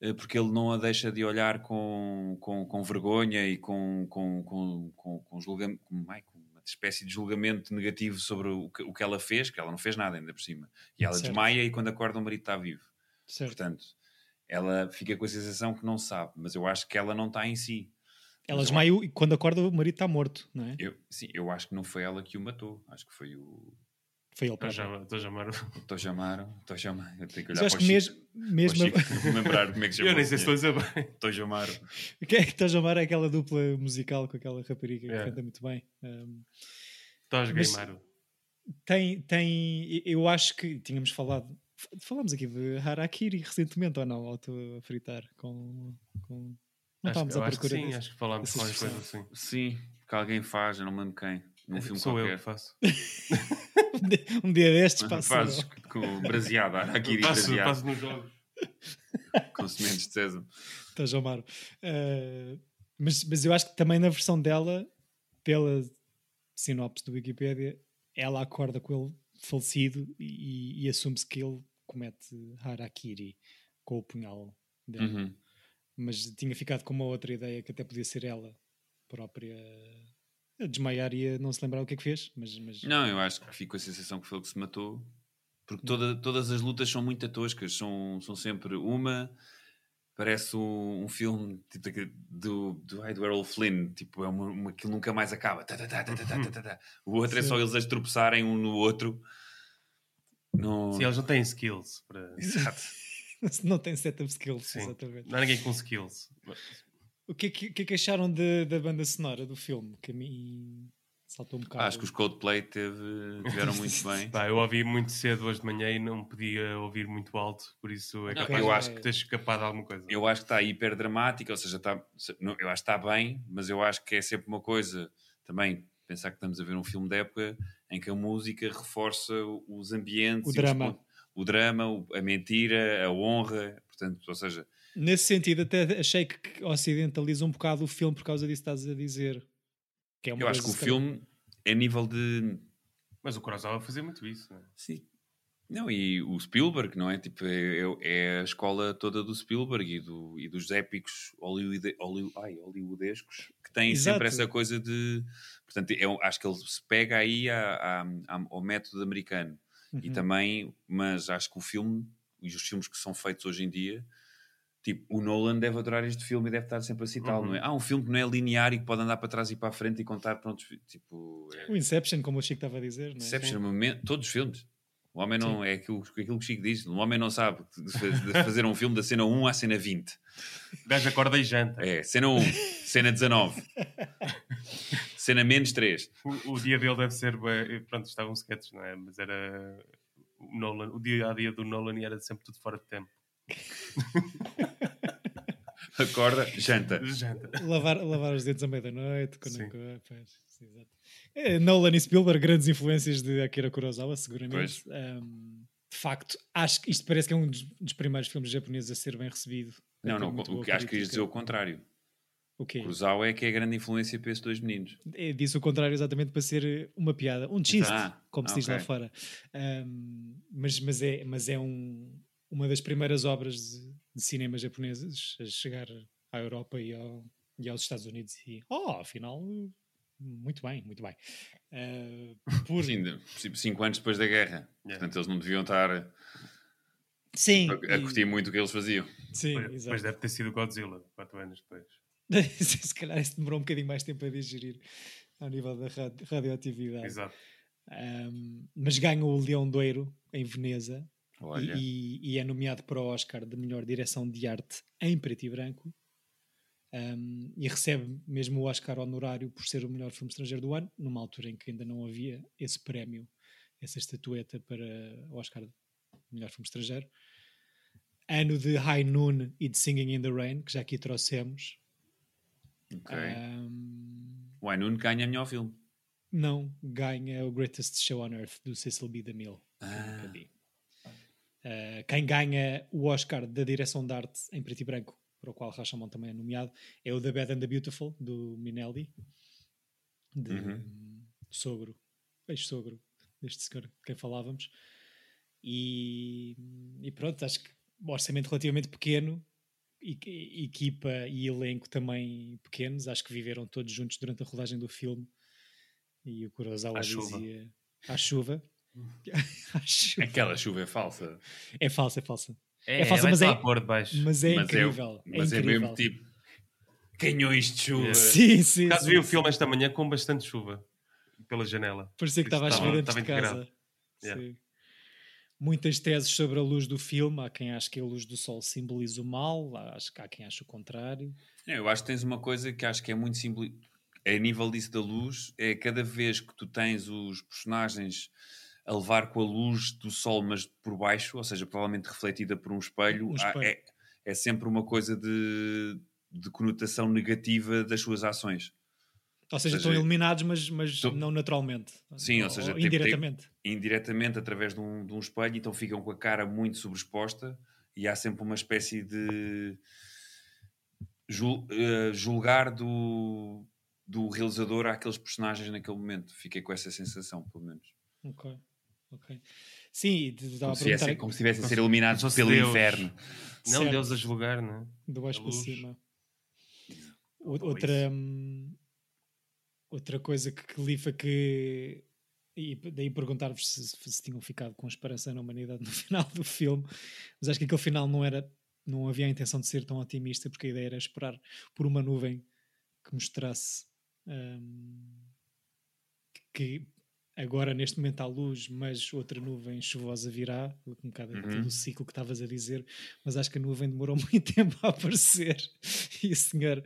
S4: eh, porque ele não a deixa de olhar com, com, com vergonha e com, com, com, com, com julgamento, com, ai, com uma espécie de julgamento negativo sobre o que, o que ela fez, que ela não fez nada ainda por cima. E ela
S2: Certo.
S4: desmaia e quando acorda o marido está vivo.
S2: Certo.
S4: Portanto, ela fica com a sensação que não sabe, mas eu acho que ela não está em si.
S2: Ela
S4: Mas
S3: é.
S4: eu
S2: desmaiou e quando acorda o marido está morto, não é?
S4: Eu, sim, eu acho que não foi ela que o matou, acho que foi o,
S2: Foi ele
S3: Estou
S2: próprio.
S3: Então já- estou já maru-
S4: Estou a chamar, estou a chamar. Eu tenho que
S2: Mas eu
S4: olhar para
S2: acho
S4: o
S2: que
S4: Chico.
S2: mesmo,
S4: Para o
S2: mesmo
S4: Chico, vou lembrar como é que chama.
S3: Eu nem sei se estou a dizer bem.
S4: Estou a chamar.
S2: que é que estás a amar é aquela dupla musical com aquela rapariga que
S3: É.
S2: canta muito bem. Um,
S3: Tosga
S2: Mas-
S3: e Maru.
S2: tem, tem, eu acho que tínhamos falado, falámos aqui de Harakiri recentemente ou não, ou estou a fritar com, com não
S3: Acho,
S2: estávamos
S3: que- eu
S2: à
S3: acho que
S2: procura
S3: sim,
S2: disso.
S3: acho que falámos
S2: dessa
S3: qualquer coisa
S2: expressão.
S3: assim.
S4: Sim, que alguém faz, eu não me lembro quem. Num filme
S3: Sou eu
S4: qualquer.
S3: que faço.
S2: Um dia- um dia destes
S4: Fazes
S2: passa.
S4: com braseada, araquiri
S3: Passo,
S4: braseada,
S3: passo nos jogos.
S4: com sementes de sésamo.
S2: Estás a amar. Uh, mas, mas eu acho que também na versão dela, pela sinopse do Wikipedia, ela acorda com ele falecido e, e assume-se que ele comete harakiri com o punhal dela.
S4: Uhum.
S2: Mas tinha ficado com uma outra ideia que até podia ser ela própria a desmaiar e a não se lembrar o que é que fez. Mas, mas
S4: Não, eu acho que fico com a sensação que foi ele que se matou.
S3: Hum.
S4: Porque toda- todas as lutas são muito toscas, são, são sempre uma. Parece um, um filme tipo, daque- do, do, ai, do Errol Flynn, tipo, é uma, uma que nunca mais
S3: Uhum.
S4: acaba. tá, tá, tá, tá, tá, tá, tá, tá. O tá. outro é só
S2: Sim.
S4: eles a tropeçarem um no outro. Não...
S3: Sim, eles não têm skills. Para...
S4: Exato.
S2: Não tem setup skills,
S3: Sim.
S2: exatamente.
S3: Não há ninguém com skills.
S2: O que é que, o que é que acharam de- da banda sonora do filme? Que a mim saltou um bocado.
S4: Acho que os Coldplay teve, tiveram muito bem.
S3: Pá, eu ouvi muito cedo hoje de manhã e não podia ouvir muito alto, por isso é
S4: Não,
S3: capaz
S4: eu
S3: de
S2: acho que-
S3: ter escapado alguma coisa.
S4: Eu acho que está hiper dramática, ou seja, está, se- não, eu acho que está bem, mas eu acho que é sempre uma coisa também pensar que estamos a ver um filme de época em que a música reforça os ambientes,
S2: O
S4: e os
S2: drama.
S4: pon- o drama, o- a mentira, a honra, portanto, ou seja,
S2: Nesse sentido, até achei que- que ocidentaliza um bocado o filme por causa disso que estás a dizer. Que é uma
S4: eu acho que o
S2: coisa se
S4: filme a nível de
S3: Mas o Kurosawa fazia muito isso. Né?
S4: Sim. Não, e o Spielberg, não é? Tipo, é, é- é a escola toda do Spielberg e, do- e dos épicos hollywood, ai, hollywoodescos que têm sempre
S2: Exato.
S4: essa coisa de. Portanto, eu acho que ele se pega aí à- à- à- ao método americano.
S2: calhar-
S4: E
S2: Uhum.
S4: também, mas acho que o filme e os filmes que são feitos hoje em dia, tipo, o Nolan deve adorar este filme e deve estar sempre a citá-lo,
S3: Uhum.
S4: não é? Há um filme que não é linear e que pode andar para trás e para a frente e contar, pronto, tipo. é-
S2: O Inception, como o Chico estava a dizer, não é?
S4: Inception, um momento- todos os filmes. O homem não é aquilo, aquilo que o Chico diz: o homem não sabe de faz- de fazer um filme da cena 1 à cena 20.
S3: O gajo acorda e janta.
S4: É, cena 1, cena 19, cena menos 3.
S3: O, o dia dele deve ser. bué- eh, Pronto, estavam sketches, não é? Mas era. O, Nolan, o dia a dia do Nolan e era sempre tudo fora de tempo.
S4: Acorda, janta.
S3: Janta.
S2: Lavar, lavar os dentes à meia-noite. Quando
S3: Sim.
S2: co- pois, sim, exato. Eh, Nolan e Spielberg, grandes influências de Akira Kurosawa, seguramente. Ahm, de facto, acho que isto parece que é um dos, dos primeiros filmes japoneses a ser bem recebido.
S4: Não,
S2: Tem
S4: não,
S2: muito
S4: o
S2: É boa
S4: que acho que querias
S2: crítica.
S4: dizer o contrário.
S2: O quê?
S4: Kurosawa é que é a grande influência para esses dois meninos.
S2: Eh, Disse o contrário exatamente para ser eh, uma piada, um chiste,
S4: Ah,
S2: como se
S4: ah,
S2: diz lá
S4: ok.
S2: fora. Ahm, mas, mas é, mas é um, uma das primeiras obras de, de cinema japoneses a chegar à Europa e, ao- e aos Estados Unidos. E, oh, afinal, muito bem, muito bem. Ah, por-
S4: Sim, de- tipo, cinco anos depois da guerra.
S3: Yeah.
S4: Portanto, eles não deviam estar a,
S2: É. sim,
S4: a
S2: e-
S4: curtir muito é. o que eles faziam.
S2: sim,
S3: Depois- Depois
S2: exato.
S3: deve ter sido Godzilla, quatro anos depois.
S2: se calhar isso demorou um bocadinho mais tempo a digerir ao nível da radi- radioatividade.
S3: Exato.
S2: Ahm, mas ganhou o Leão Doiro em Veneza.
S4: Olha,
S2: E, e é nomeado para o Oscar de melhor direção de arte em preto e branco Um, e recebe mesmo o Oscar honorário por ser o melhor filme estrangeiro do ano, numa altura em que ainda não havia esse prémio, essa estatueta para o Oscar de melhor filme estrangeiro. Ano de High Noon e de Singing in the Rain, que já aqui trouxemos.
S4: ok.
S2: ah. Um,
S4: O Ainun ganha melhor filme.
S2: não ganha o Greatest Show on Earth do Cecil B. DeMille. que eu nunca
S4: Ah.
S2: vi. Ah, quem ganha o Oscar da direção de arte em preto e branco, para o qual Rashomon também é nomeado, é o The Bad and the Beautiful, do Minelli, de hum, sogro, ex-sogro deste senhor de quem falávamos. E, e pronto, acho que um orçamento relativamente pequeno, e, e- equipa e elenco também pequenos, acho que viveram todos juntos durante a rodagem do filme. E o Kurosawa
S3: À chuva.
S2: dizia à chuva. à chuva.
S4: Aquela chuva é falsa.
S2: É falsa, é falsa.
S3: É,
S2: falsa,
S3: vai
S2: mas
S3: ter
S2: é-
S3: a cor de baixo.
S2: Mas é incrível.
S4: É, mas é,
S2: incrível.
S4: mesmo tipo canhões de chuva.
S3: Yeah.
S2: Sim, sim.
S3: Por acaso
S2: sim,
S3: vi o
S2: sim.
S3: filme esta manhã com bastante chuva pela janela.
S2: Parecia que estava a
S3: Estava-
S2: chover antes
S3: estava
S2: de casa.
S3: integrado. Yeah.
S2: Sim. Muitas teses sobre a luz do filme. Há quem acha que a luz do sol simboliza o mal, há acho que há quem acha o contrário.
S4: É, Eu acho que tens uma coisa que acho que é muito simples. A nível disso da luz, é cada vez que tu tens os personagens a levar com a luz do sol, mas por baixo, ou seja, provavelmente refletida por um espelho,
S2: Um
S4: há-
S2: espelho.
S4: É, é sempre uma coisa de, de conotação negativa das suas ações.
S2: Ou seja,
S4: Ou seja,
S2: estão eliminados, mas, mas
S4: tu-
S2: não naturalmente.
S4: é- Sim, ou seja, tipo,
S2: indiretamente.
S4: Indiretamente através de um, de um espelho, então ficam com a cara muito sobreexposta e há sempre uma espécie de jul- eh, julgar do, do realizador àqueles personagens naquele momento. Fiquei com essa sensação, pelo menos.
S2: Ok, ok. Sim, e te- estava
S4: Como
S2: a
S4: se, tivessem,
S2: perguntar
S4: como se tivessem a ser eliminados
S3: Nosso
S4: pelo
S3: Deus.
S4: inferno.
S3: Não,
S2: Certo.
S3: Deus a julgar, não é?
S2: do baixo
S3: a
S2: para
S3: luz.
S2: cima. O-
S3: Ou
S2: Outra, hum, outra coisa que, que lifa que. E p- daí perguntar-vos se, se tinham ficado com esperança na humanidade no final do filme, mas acho que aquele final não era. Não havia a intenção de ser tão otimista, porque a ideia era esperar por uma nuvem que mostrasse hum, que agora neste momento há luz, mas outra nuvem chuvosa virá, um bocado
S4: Uhum.
S2: do ciclo que estavas a dizer, mas acho que a nuvem demorou muito tempo a aparecer. E o senhor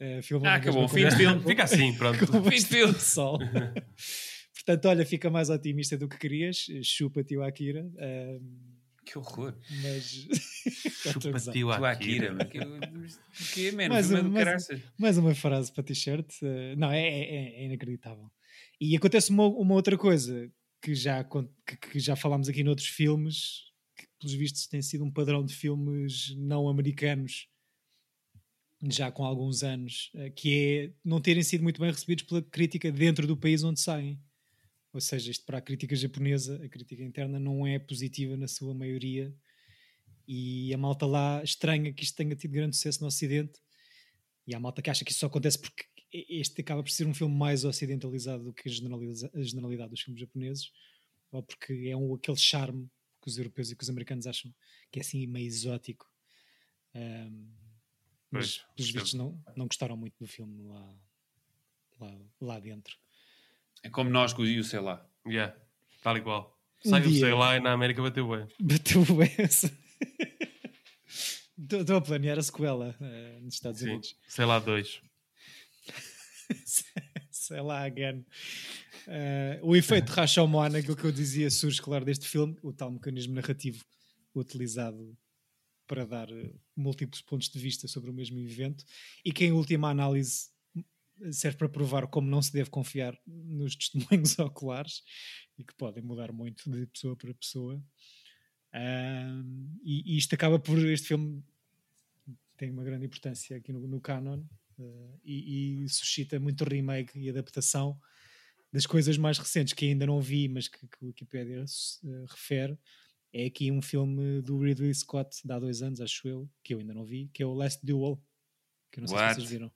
S2: eh, filmou.
S4: Ah,
S2: na mesma
S4: acabou,
S2: com-
S4: fim de filme.
S3: Fica assim, pronto.
S2: com
S4: Fim de filme.
S2: bastante sol. Portanto, olha, fica mais otimista do que querias. Chupa-te o Akira. eh,
S4: Que horror.
S2: mas. Estou a gozar.
S3: Chupa-te o
S4: Tu né?
S3: Akira.
S4: Akira, mano. Que, que é, mano?
S2: Mais
S4: Filme é
S2: uma-
S4: do
S2: mais-
S4: caraças.
S2: Mais uma frase para t-shirt. eh, não, é, é- é- é inacreditável. E acontece uma, uma outra coisa que já, acon- que, que já falámos aqui noutros filmes, que pelos vistos tem sido um padrão de filmes não americanos já com alguns anos, eh, que é não terem sido muito bem recebidos pela crítica dentro do país onde saem. Ou seja, isto para a crítica japonesa, a crítica interna não é positiva na sua maioria e a malta lá estranha que isto tenha tido grande sucesso no Ocidente e há malta que acha que isso só acontece porque este acaba por ser um filme mais ocidentalizado do que a, generaliza- a generalidade dos filmes japoneses ou porque é um, aquele charme que os europeus e que os americanos acham que é assim meio exótico Ahm, mas
S3: Pois,
S2: pelos
S3: percebo.
S2: vistos não, não gostaram muito do filme lá, lá, lá dentro
S4: É como nós com o Yu, sei lá.
S3: Yeah, tal e qual.
S2: Um
S3: Saiu,
S2: dia.
S3: sei lá, e na América bateu bem.
S2: bateu essa Estou estou a planear a sequela eh, nos Estados
S3: Sim.
S2: Unidos
S3: Sei lá, dois.
S2: sei lá, again. Eh, o efeito Rashomon, aquilo que eu dizia, surge claro deste filme, o tal mecanismo narrativo utilizado para dar eh, múltiplos pontos de vista sobre o mesmo evento e que, em última análise, serve para provar como não se deve confiar nos testemunhos oculares e que podem mudar muito de pessoa para pessoa. Ahm, e, e isto acaba por. Este filme tem uma grande importância aqui no, no canon eh, e, e suscita muito remake e adaptação das coisas mais recentes que ainda não vi, mas que, que o Wikipedia eh, refere. É aqui um filme do Ridley Scott de há dois anos, acho eu, que eu ainda não vi, que é o Last Duel, que eu não sei se
S4: What?
S2: vocês viram.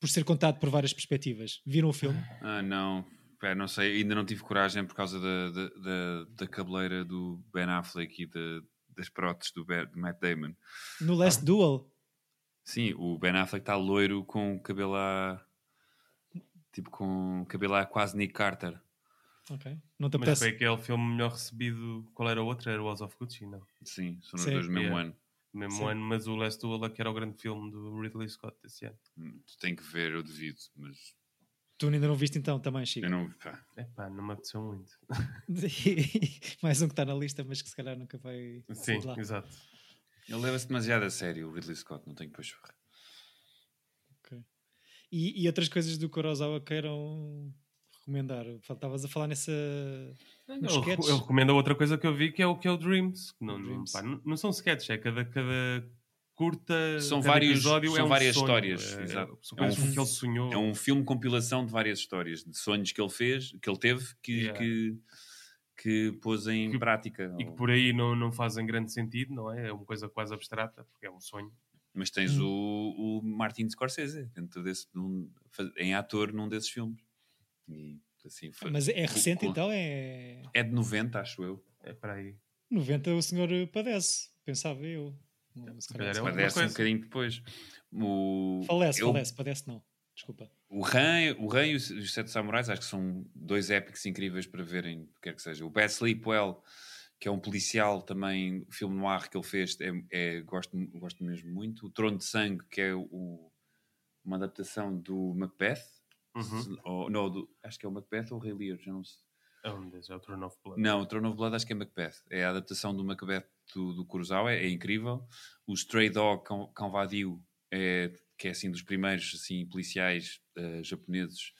S2: Por ser contado por várias perspectivas. Viram o filme?
S4: Ah, não. Pá, não sei, ainda não tive coragem por causa da, da, da, da cabeleira do Ben Affleck e da- das próteses do Ben- do Matt Damon.
S2: No Last
S4: Ah.
S2: Duel,
S4: Sim, o Ben Affleck está loiro com o cabelo a... Tipo, com o cabelo a quase Nick Carter.
S2: Ok. Não te
S3: Mas foi
S2: apetece?
S3: aquele filme melhor recebido. Qual era o outro? Era o House of Gucci, não?
S4: Sim, são os
S2: Sim.
S4: dois do mesmo
S3: Yeah.
S4: ano.
S3: No mesmo
S2: Sim.
S3: ano, mas o Last Duel é que era o grande filme do Ridley Scott desse ano.
S4: Hum, Tem que ver, eu devido, mas
S2: Tu ainda não viste então também, Chico.
S4: eu não... pá.
S3: Epá, não me apeteceu muito.
S2: Mais um que está na lista, mas que se calhar nunca vai sair
S3: Sim,
S2: de lá.
S3: exato.
S4: Ele leva-se demasiado a sério, o Ridley Scott, não tenho para chorar.
S2: E, e outras coisas do Kurosawa queiram recomendar. Estavas a falar nessa. Uns
S3: Eu,
S2: Um sketches.
S3: eu recomendo outra coisa que eu vi que é o que é o Dreams. que Não,
S2: Dreams.
S3: pá, não, não são sketches, é cada, cada curta.
S4: São
S3: cada
S4: vários-
S3: episódio
S4: são
S3: é um
S4: várias
S3: sonho,
S4: histórias,
S3: é-
S4: exato.
S3: São coisas
S4: É um-
S3: que ele sonhou.
S4: É um filme compilação de várias histórias, de sonhos que ele fez, que ele teve, que,
S3: Yeah.
S4: que, que pôs em
S3: Que-
S4: prática.
S3: E que
S4: ou-
S3: por aí não, não fazem grande sentido, não é? É uma coisa quase abstrata, porque é um sonho.
S4: Mas tens
S2: Hum.
S4: o, o Martin Scorsese dentro desse, num- fa- em ator num desses filmes. E, assim, foi-
S2: Mas é recente
S4: com-
S2: então? É.
S4: É de 90, acho eu.
S3: É para aí.
S2: 90 o senhor padece, pensava eu. Não, se calhar
S3: calhar é
S2: não.
S3: outra
S4: Padece um
S3: coisa.
S4: bocadinho depois. O,
S2: Falece,
S4: eu-
S2: falece, padece não. Desculpa.
S4: O Ran, o Ran e os os Sete Samurais acho que são dois épicos incríveis para verem, o que quer que seja. O Bad Sleepwell, que é um policial também, o filme noir que ele fez, é, é- gosto, gosto mesmo muito. O Trono de Sangue, que é o- uma adaptação do Macbeth.
S3: Uhum.
S4: se- ou- não, do- acho que é o Macbeth ou o Rei Lear, já não sei.
S3: É um deles, é o Turn of Blood.
S4: Não, o Throne of Blood acho que é Macbeth. É a adaptação do Macbeth do, do Kurosawa, é, incrível. O Stray Dog Cão, Cão Vadio, é, que é assim dos primeiros assim, policiais eh, japoneses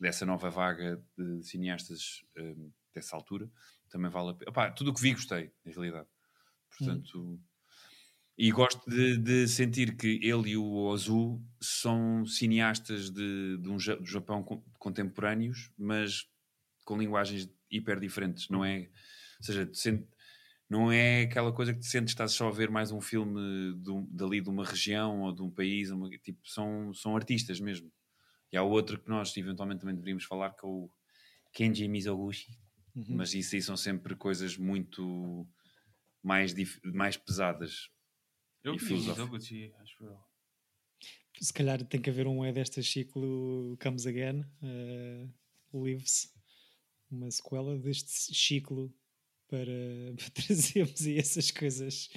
S4: dessa nova vaga de cineastas eh, dessa altura, também vale a pena. Opá, tudo o que vi gostei, na realidade. Portanto... E gosto de, de sentir que ele e o Ozu são cineastas de, de um Ja- do Japão con- contemporâneos, mas com linguagens hiper diferentes, não é? Ou seja, tu sent- não é aquela coisa que te sentes, estás só a ver mais um filme de um- dali de uma região ou de um país, uma- tipo, são, são artistas mesmo. E há outro que nós eventualmente também deveríamos falar, que é o Kenji Mizoguchi,
S2: Uhum.
S4: mas isso aí são sempre coisas muito mais, dif- mais pesadas.
S3: Eu
S4: E
S3: vi
S4: filosófico.
S3: Mizoguchi, acho eu.
S2: Se calhar tem que haver um é desta ciclo Comes Again, eh, Lives, uma sequela deste ciclo para, para trazermos aí essas coisas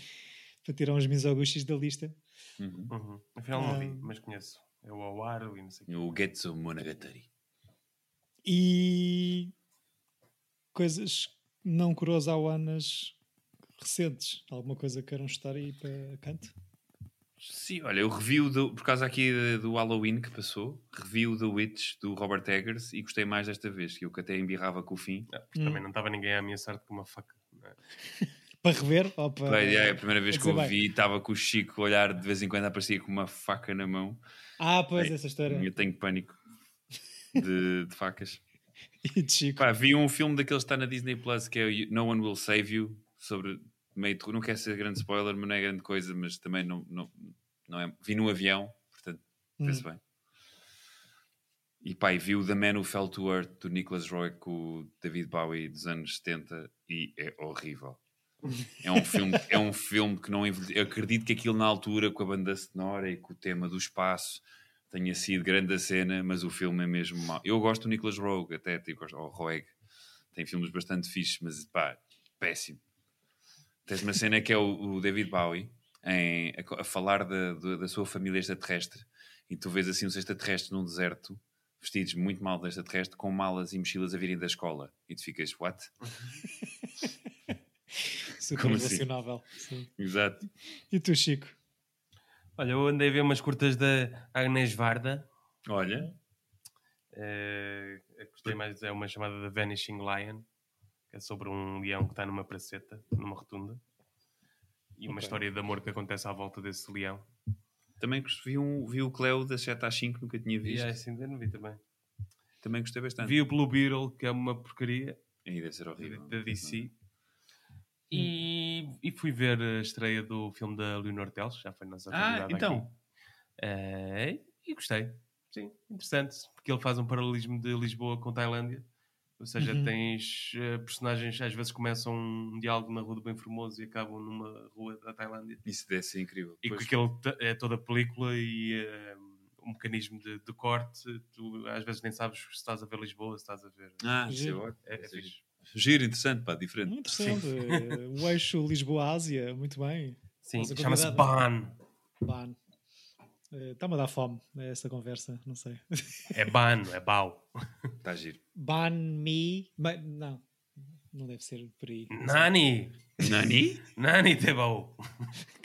S2: para tirar uns misoguchis da lista.
S4: Uhum.
S3: Uhum. Afinal, não vi,
S2: Ah.
S3: mas conheço. É o Awaro e não sei o quê.
S4: O Getsu Monogatari.
S2: E coisas não Kurosawanas recentes. Alguma coisa queiram estar aí para canto?
S4: Sim, olha, eu review do, por causa aqui de- do Halloween que passou, review The Witch do Robert Eggers e gostei mais desta vez, que eu que até embirrava com o fim.
S3: Ah, porque Também não estava ninguém a ameaçar-te com uma faca. não é?
S2: Para rever? Ou para...
S4: Bem, é a primeira vez
S2: quer
S4: que eu
S2: dizer,
S4: vi, estava com o Chico a olhar de vez em quando aparecia com uma faca na mão.
S2: Ah, pois,
S4: Bem,
S2: essa história.
S4: Eu tenho pânico de, de facas.
S2: E de Chico.
S4: Pá, vi um filme daqueles que está na Disney Plus que é o You- No One Will Save You, sobre meio terror. Não quer ser grande spoiler, mas não é grande coisa, mas também não, não, não é. Vi num avião, portanto,
S2: Hum.
S4: vê-se bem. E pá, e vi o The Man Who Fell to Earth do Nicholas Roy com o David Bowie dos anos 70 e é horrível. É um filme, é um filme que não envelheceu. Eu acredito que aquilo na altura, com a banda sonora e com o tema do espaço, tenha sido grande a cena, mas o filme é mesmo mau. Eu gosto do Nicholas Rogue, até tipo, gosto- ou Roeg, tem filmes bastante fixes, mas pá, péssimo. Tens uma cena que é o, o David Bowie em- a, co- a falar da, da- da sua família extraterrestre e tu vês assim uns extraterrestres num deserto vestidos muito mal de extraterrestre com malas e mochilas a virem da escola e tu ficas, what?
S2: Super
S4: Como assim?
S2: relacionável. Sim.
S4: Exato.
S2: E tu, Chico?
S3: Olha, eu andei a ver umas curtas da Agnes Varda.
S4: Olha,
S3: eh, a que gostei mais é uma chamada The Vanishing Lion, que é sobre um leão que está numa praceta, numa rotunda. E uma
S2: Ok.
S3: história de amor que acontece à volta desse leão.
S4: também gost- vi, um, vi o Cleo das 7 às 5, nunca tinha
S3: E
S4: visto.
S3: é assim, eu não vi também.
S4: Também gostei bastante.
S3: Vi o Blue Beetle, que é uma porcaria,
S4: Aí deve ser
S3: da-
S4: horrível. é?
S3: da DC. E, e fui ver a estreia do filme da Leonor Teles, já foi nossa
S4: Ah,
S3: convidada aqui.
S4: então.
S3: Eh, e gostei. Sim, interessante, porque ele faz um paralelismo de Lisboa com Tailândia. Ou seja,
S2: Uhum.
S3: tens eh, personagens às vezes começam um diálogo na rua do Bem Formoso e acabam numa rua da Tailândia.
S4: Isso deve ser incrível.
S3: E com
S4: Pois.
S3: aquele t- é toda a película e eh, o mecanismo de, de corte, tu às vezes nem sabes se estás a ver Lisboa, se estás a ver.
S4: Ah, isso é
S2: Giro.
S4: ótimo.
S3: É, é
S4: Isso é
S3: fixe.
S4: Giro, interessante, pá, diferente.
S2: Muito interessante. Eh, O eixo Lisboa-Ásia, muito bem.
S3: Sim,
S2: Mas a
S3: chama-se
S2: convidada-
S3: Ban.
S2: Ban. Eh, Está-me a dar fome essa conversa, não sei.
S3: É Ban, é Bau.
S4: Está tá giro.
S2: Ban mi. Ma- Não, não deve ser por aí.
S3: Nani!
S4: Nani?
S3: Nani te Bau!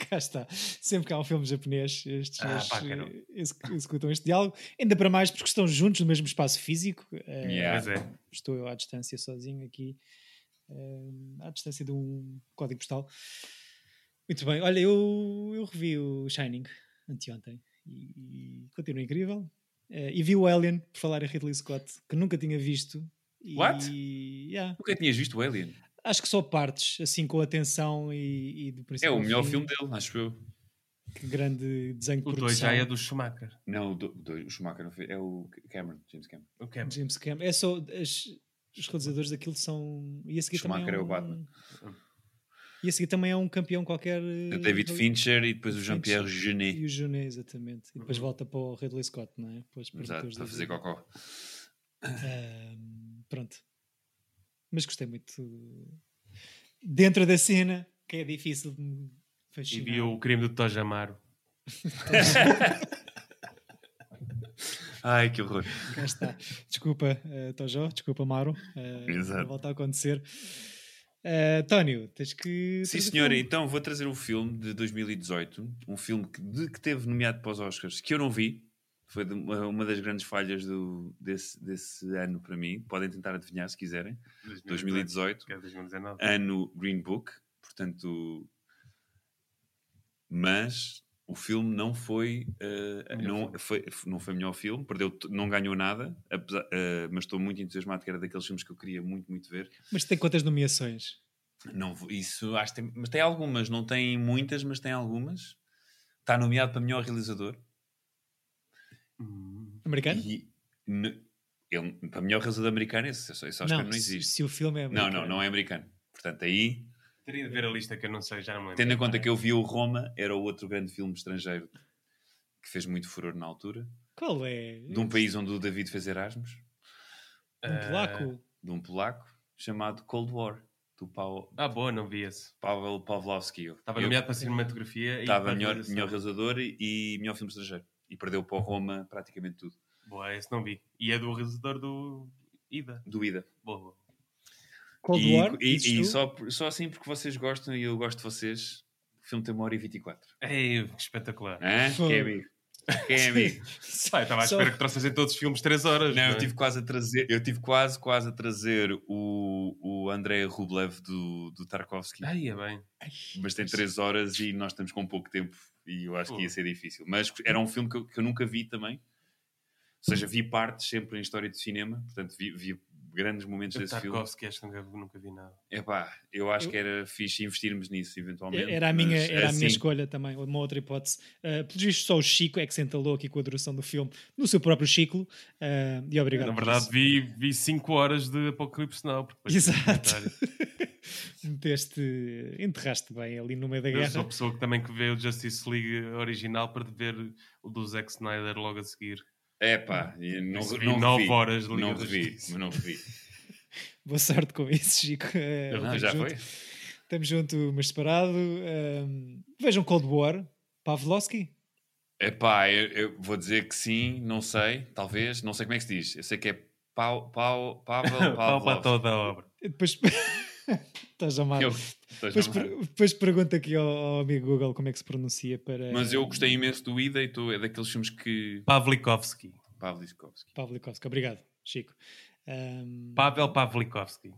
S2: Cá está. Sempre que há um filme japonês, estes
S3: Ah,
S2: gajos,
S3: pá, quero.
S2: eh, exec- executam este diálogo. Ainda para mais porque estão juntos no mesmo espaço físico. Eh,
S4: Yeah.
S3: Pois é.
S2: Estou eu à distância sozinho aqui, eh, à distância de um código postal. Muito bem. Olha, eu, eu revi o Shining anteontem e, e continua incrível. Eh, e vi o Alien, por falar em Ridley Scott, que nunca tinha visto. E,
S4: What?
S2: Yeah.
S4: Nunca tinhas visto o Alien.
S2: Acho que só partes, assim, com atenção e, e do
S4: É
S2: princípio
S4: o
S2: ao
S4: melhor
S2: fim.
S4: filme dele, acho eu.
S2: Que grande desenho de
S3: O 2
S2: produção.
S3: já é do Schumacher.
S4: Não, o, do, do- o Schumacher não fez. É o Cameron, James Cameron.
S3: O que é?
S2: James Cameron. É só. as- os realizadores daquilo são. E a seguir também.
S4: Schumacher
S2: É,
S4: é
S2: um...
S4: o Batman.
S2: E a seguir também é um campeão qualquer.
S4: O David Fincher e depois o
S2: Fincher.
S4: Jean-Pierre Genet.
S2: E o Junet, exatamente. E depois
S3: Uhum.
S2: volta para o Ridley Scott, não é? Para os
S4: Exato,
S2: produtores
S4: para
S2: da
S4: fazer
S2: vida.
S4: cocó.
S2: Ahm, pronto. Mas gostei muito. Dentro da cena, que é difícil de me
S3: E
S2: fascinar.
S3: vi o crime do Tojamaro.
S4: Ai, que horror.
S2: Cá está. Desculpa, eh, Tojo, desculpa, Maro. eh,
S4: Exato.
S2: Volta a acontecer. Eh, Tónio, tens que.
S4: Sim,
S2: trazer
S4: senhora,
S2: filme.
S4: então vou trazer um filme de 2018, um filme que, de- que teve nomeado para os Oscars, que eu não vi. Foi de- uma, uma das grandes falhas do, desse, desse ano para mim. Podem tentar adivinhar se quiserem. 2018,
S3: Que é 2019.
S4: ano Green Book, portanto. Mas o filme não foi, eh,
S3: Melhor
S4: não,
S3: filme.
S4: foi não foi melhor filme, perdeu, t- não ganhou nada, apesar- eh, mas estou muito entusiasmado que era daqueles filmes que eu queria muito, muito ver.
S2: Mas tem quantas nomeações?
S4: Não, vou- isso acho que tem, mas tem algumas, não tem muitas, mas tem algumas. Está nomeado para melhor realizador.
S3: Hum.
S2: Americano?
S4: E n- ele- para melhor realizador americano, esse, esse Oscar não, existe.
S2: Se, se o filme é.
S4: Não,
S2: americano.
S4: não, não é americano. Portanto, aí,
S3: Teria de ver a lista que eu não sei, já não me lembro.
S4: tendo em conta que eu vi o Roma, era o outro grande filme estrangeiro que fez muito furor na altura,
S2: Qual é?
S4: um de um país onde o David fez Erasmus.
S3: Ah,
S2: Um polaco?
S4: de um polaco chamado Cold War, do Paul,
S3: Ah, boa, não vi esse.
S4: Pavel Pawlowski.
S3: Estava
S4: Eu-
S3: nomeado para cinematografia. e
S4: Estava
S3: para
S4: melhor,
S3: realização.
S4: melhor realizador e, e melhor filme estrangeiro. E perdeu para o Roma praticamente tudo.
S3: Boa, esse não vi. E é do realizador do Ida.
S4: Do Ida.
S3: Boa, boa.
S2: Cold
S4: e,
S2: War,
S4: e,
S2: dizes
S4: e
S2: tu?
S4: só, por- só assim porque vocês gostam e eu gosto de vocês, o filme tem uma hora e 24.
S3: Ei, que espetacular.
S4: Hã? Quem é amigo? Quem é amigo?
S3: Pá, eu estava à
S2: Só-
S3: espera que trouxessem todos os filmes 3 horas.
S4: Não,
S3: é?
S4: eu tive quase a trazer, eu tive quase, quase a trazer o, o André Rublev do, do Tarkovsky,
S3: Ai, é bem.
S4: mas tem 3 horas e nós estamos com pouco tempo e eu acho que ia
S3: Pô.
S4: ser difícil. Mas era um filme que eu, que eu nunca vi também, ou seja, vi partes sempre em história de cinema, portanto vi, vi grandes momentos
S3: O
S4: desse filme.
S3: Tarkovsky, acho que nunca, nunca vi nada.
S4: Epá, eu acho
S2: Eu-
S4: que era fixe investirmos nisso eventualmente.
S2: Era a minha,
S4: mas
S2: era a minha
S4: assim-
S2: escolha também, uma outra hipótese. Uh, pelos vistos, só o Chico é que se entalou aqui com a duração do filme no seu próprio ciclo. uh, e obrigado.
S3: Na
S2: por
S3: verdade,
S2: isso.
S3: vi, vi 5 horas de Apocalipse Now. porque depois vi
S2: Exato.
S3: comentários.
S2: Meteste, enterraste bem ali no meio da
S3: Eu sou a
S2: guerra.
S3: pessoa que também que vê o Justice League original para ver o do Zack Snyder logo a seguir.
S4: Epá, e não,
S3: Isso vi
S4: não
S3: nove
S4: revi,
S3: horas de Liga
S4: não
S3: da
S4: revi,
S3: Justiça.
S4: mas não revi.
S2: Boa sorte com isso, Chico. Uh,
S3: É
S4: Não,
S2: tamo
S4: já
S2: junto.
S4: foi?
S2: Estamos junto, mas separado. Um, vejam Cold War, Pavlovsky.
S4: Epá, eu, eu vou dizer que sim, não sei, talvez, não sei como é que se diz. Eu sei que é pau, pau, Pavel,
S3: Pau para
S4: Pavlov.
S3: toda a obra.
S2: E Depois. Estás amado.
S4: Eu-
S2: Depois, per- depois pergunta aqui ao, ao amigo Google como é que se pronuncia para.
S4: Mas eu gostei imenso do Ida e tu é daqueles filmes que.
S3: Pavlikovsky.
S4: Pavlikovsky.
S2: Pavlikovsky. Obrigado, Chico. Um,
S3: Pavel Pavlikovsky.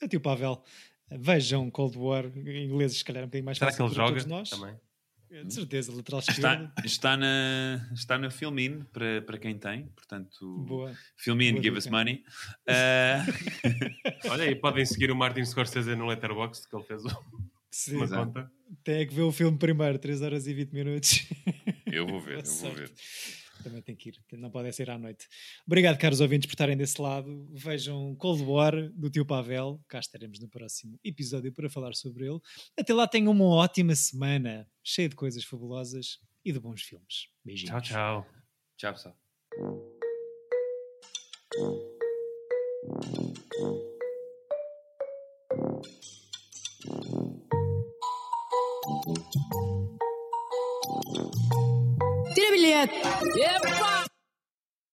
S2: É tio Pavel. Vejam Cold War, ingleses, se calhar um bocadinho mais
S3: Será que
S2: fácil
S3: ele
S2: para
S3: joga
S2: todos nós.
S3: também?
S2: É, De certeza, lateral esquerdo.
S4: Está, está, na, está na Filmin, para, para quem tem, portanto.
S2: Boa.
S4: Filmin,
S2: Boa
S4: give
S2: dica.
S4: us money. Ah,
S3: Olha aí, podem seguir o Martin Scorsese no Letterboxd, que ele fez
S2: Se-
S3: uma
S4: Exato.
S3: conta.
S2: Tem é que ver o filme primeiro, 3 horas e 20 minutos.
S4: eu vou ver,
S2: Boa
S4: eu vou
S2: sorte.
S4: ver.
S2: Também tem que ir, não pode é ser à noite. Obrigado, caros ouvintes, por estarem desse lado. Vejam Cold War do tio Pavel. Cá estaremos no próximo episódio para falar sobre ele. Até lá, tenham uma ótima semana, cheia de coisas fabulosas e de bons filmes. Beijinhos.
S3: Tchau, tchau.
S4: Tchau, pessoal.
S5: Tira bilhete! Epa!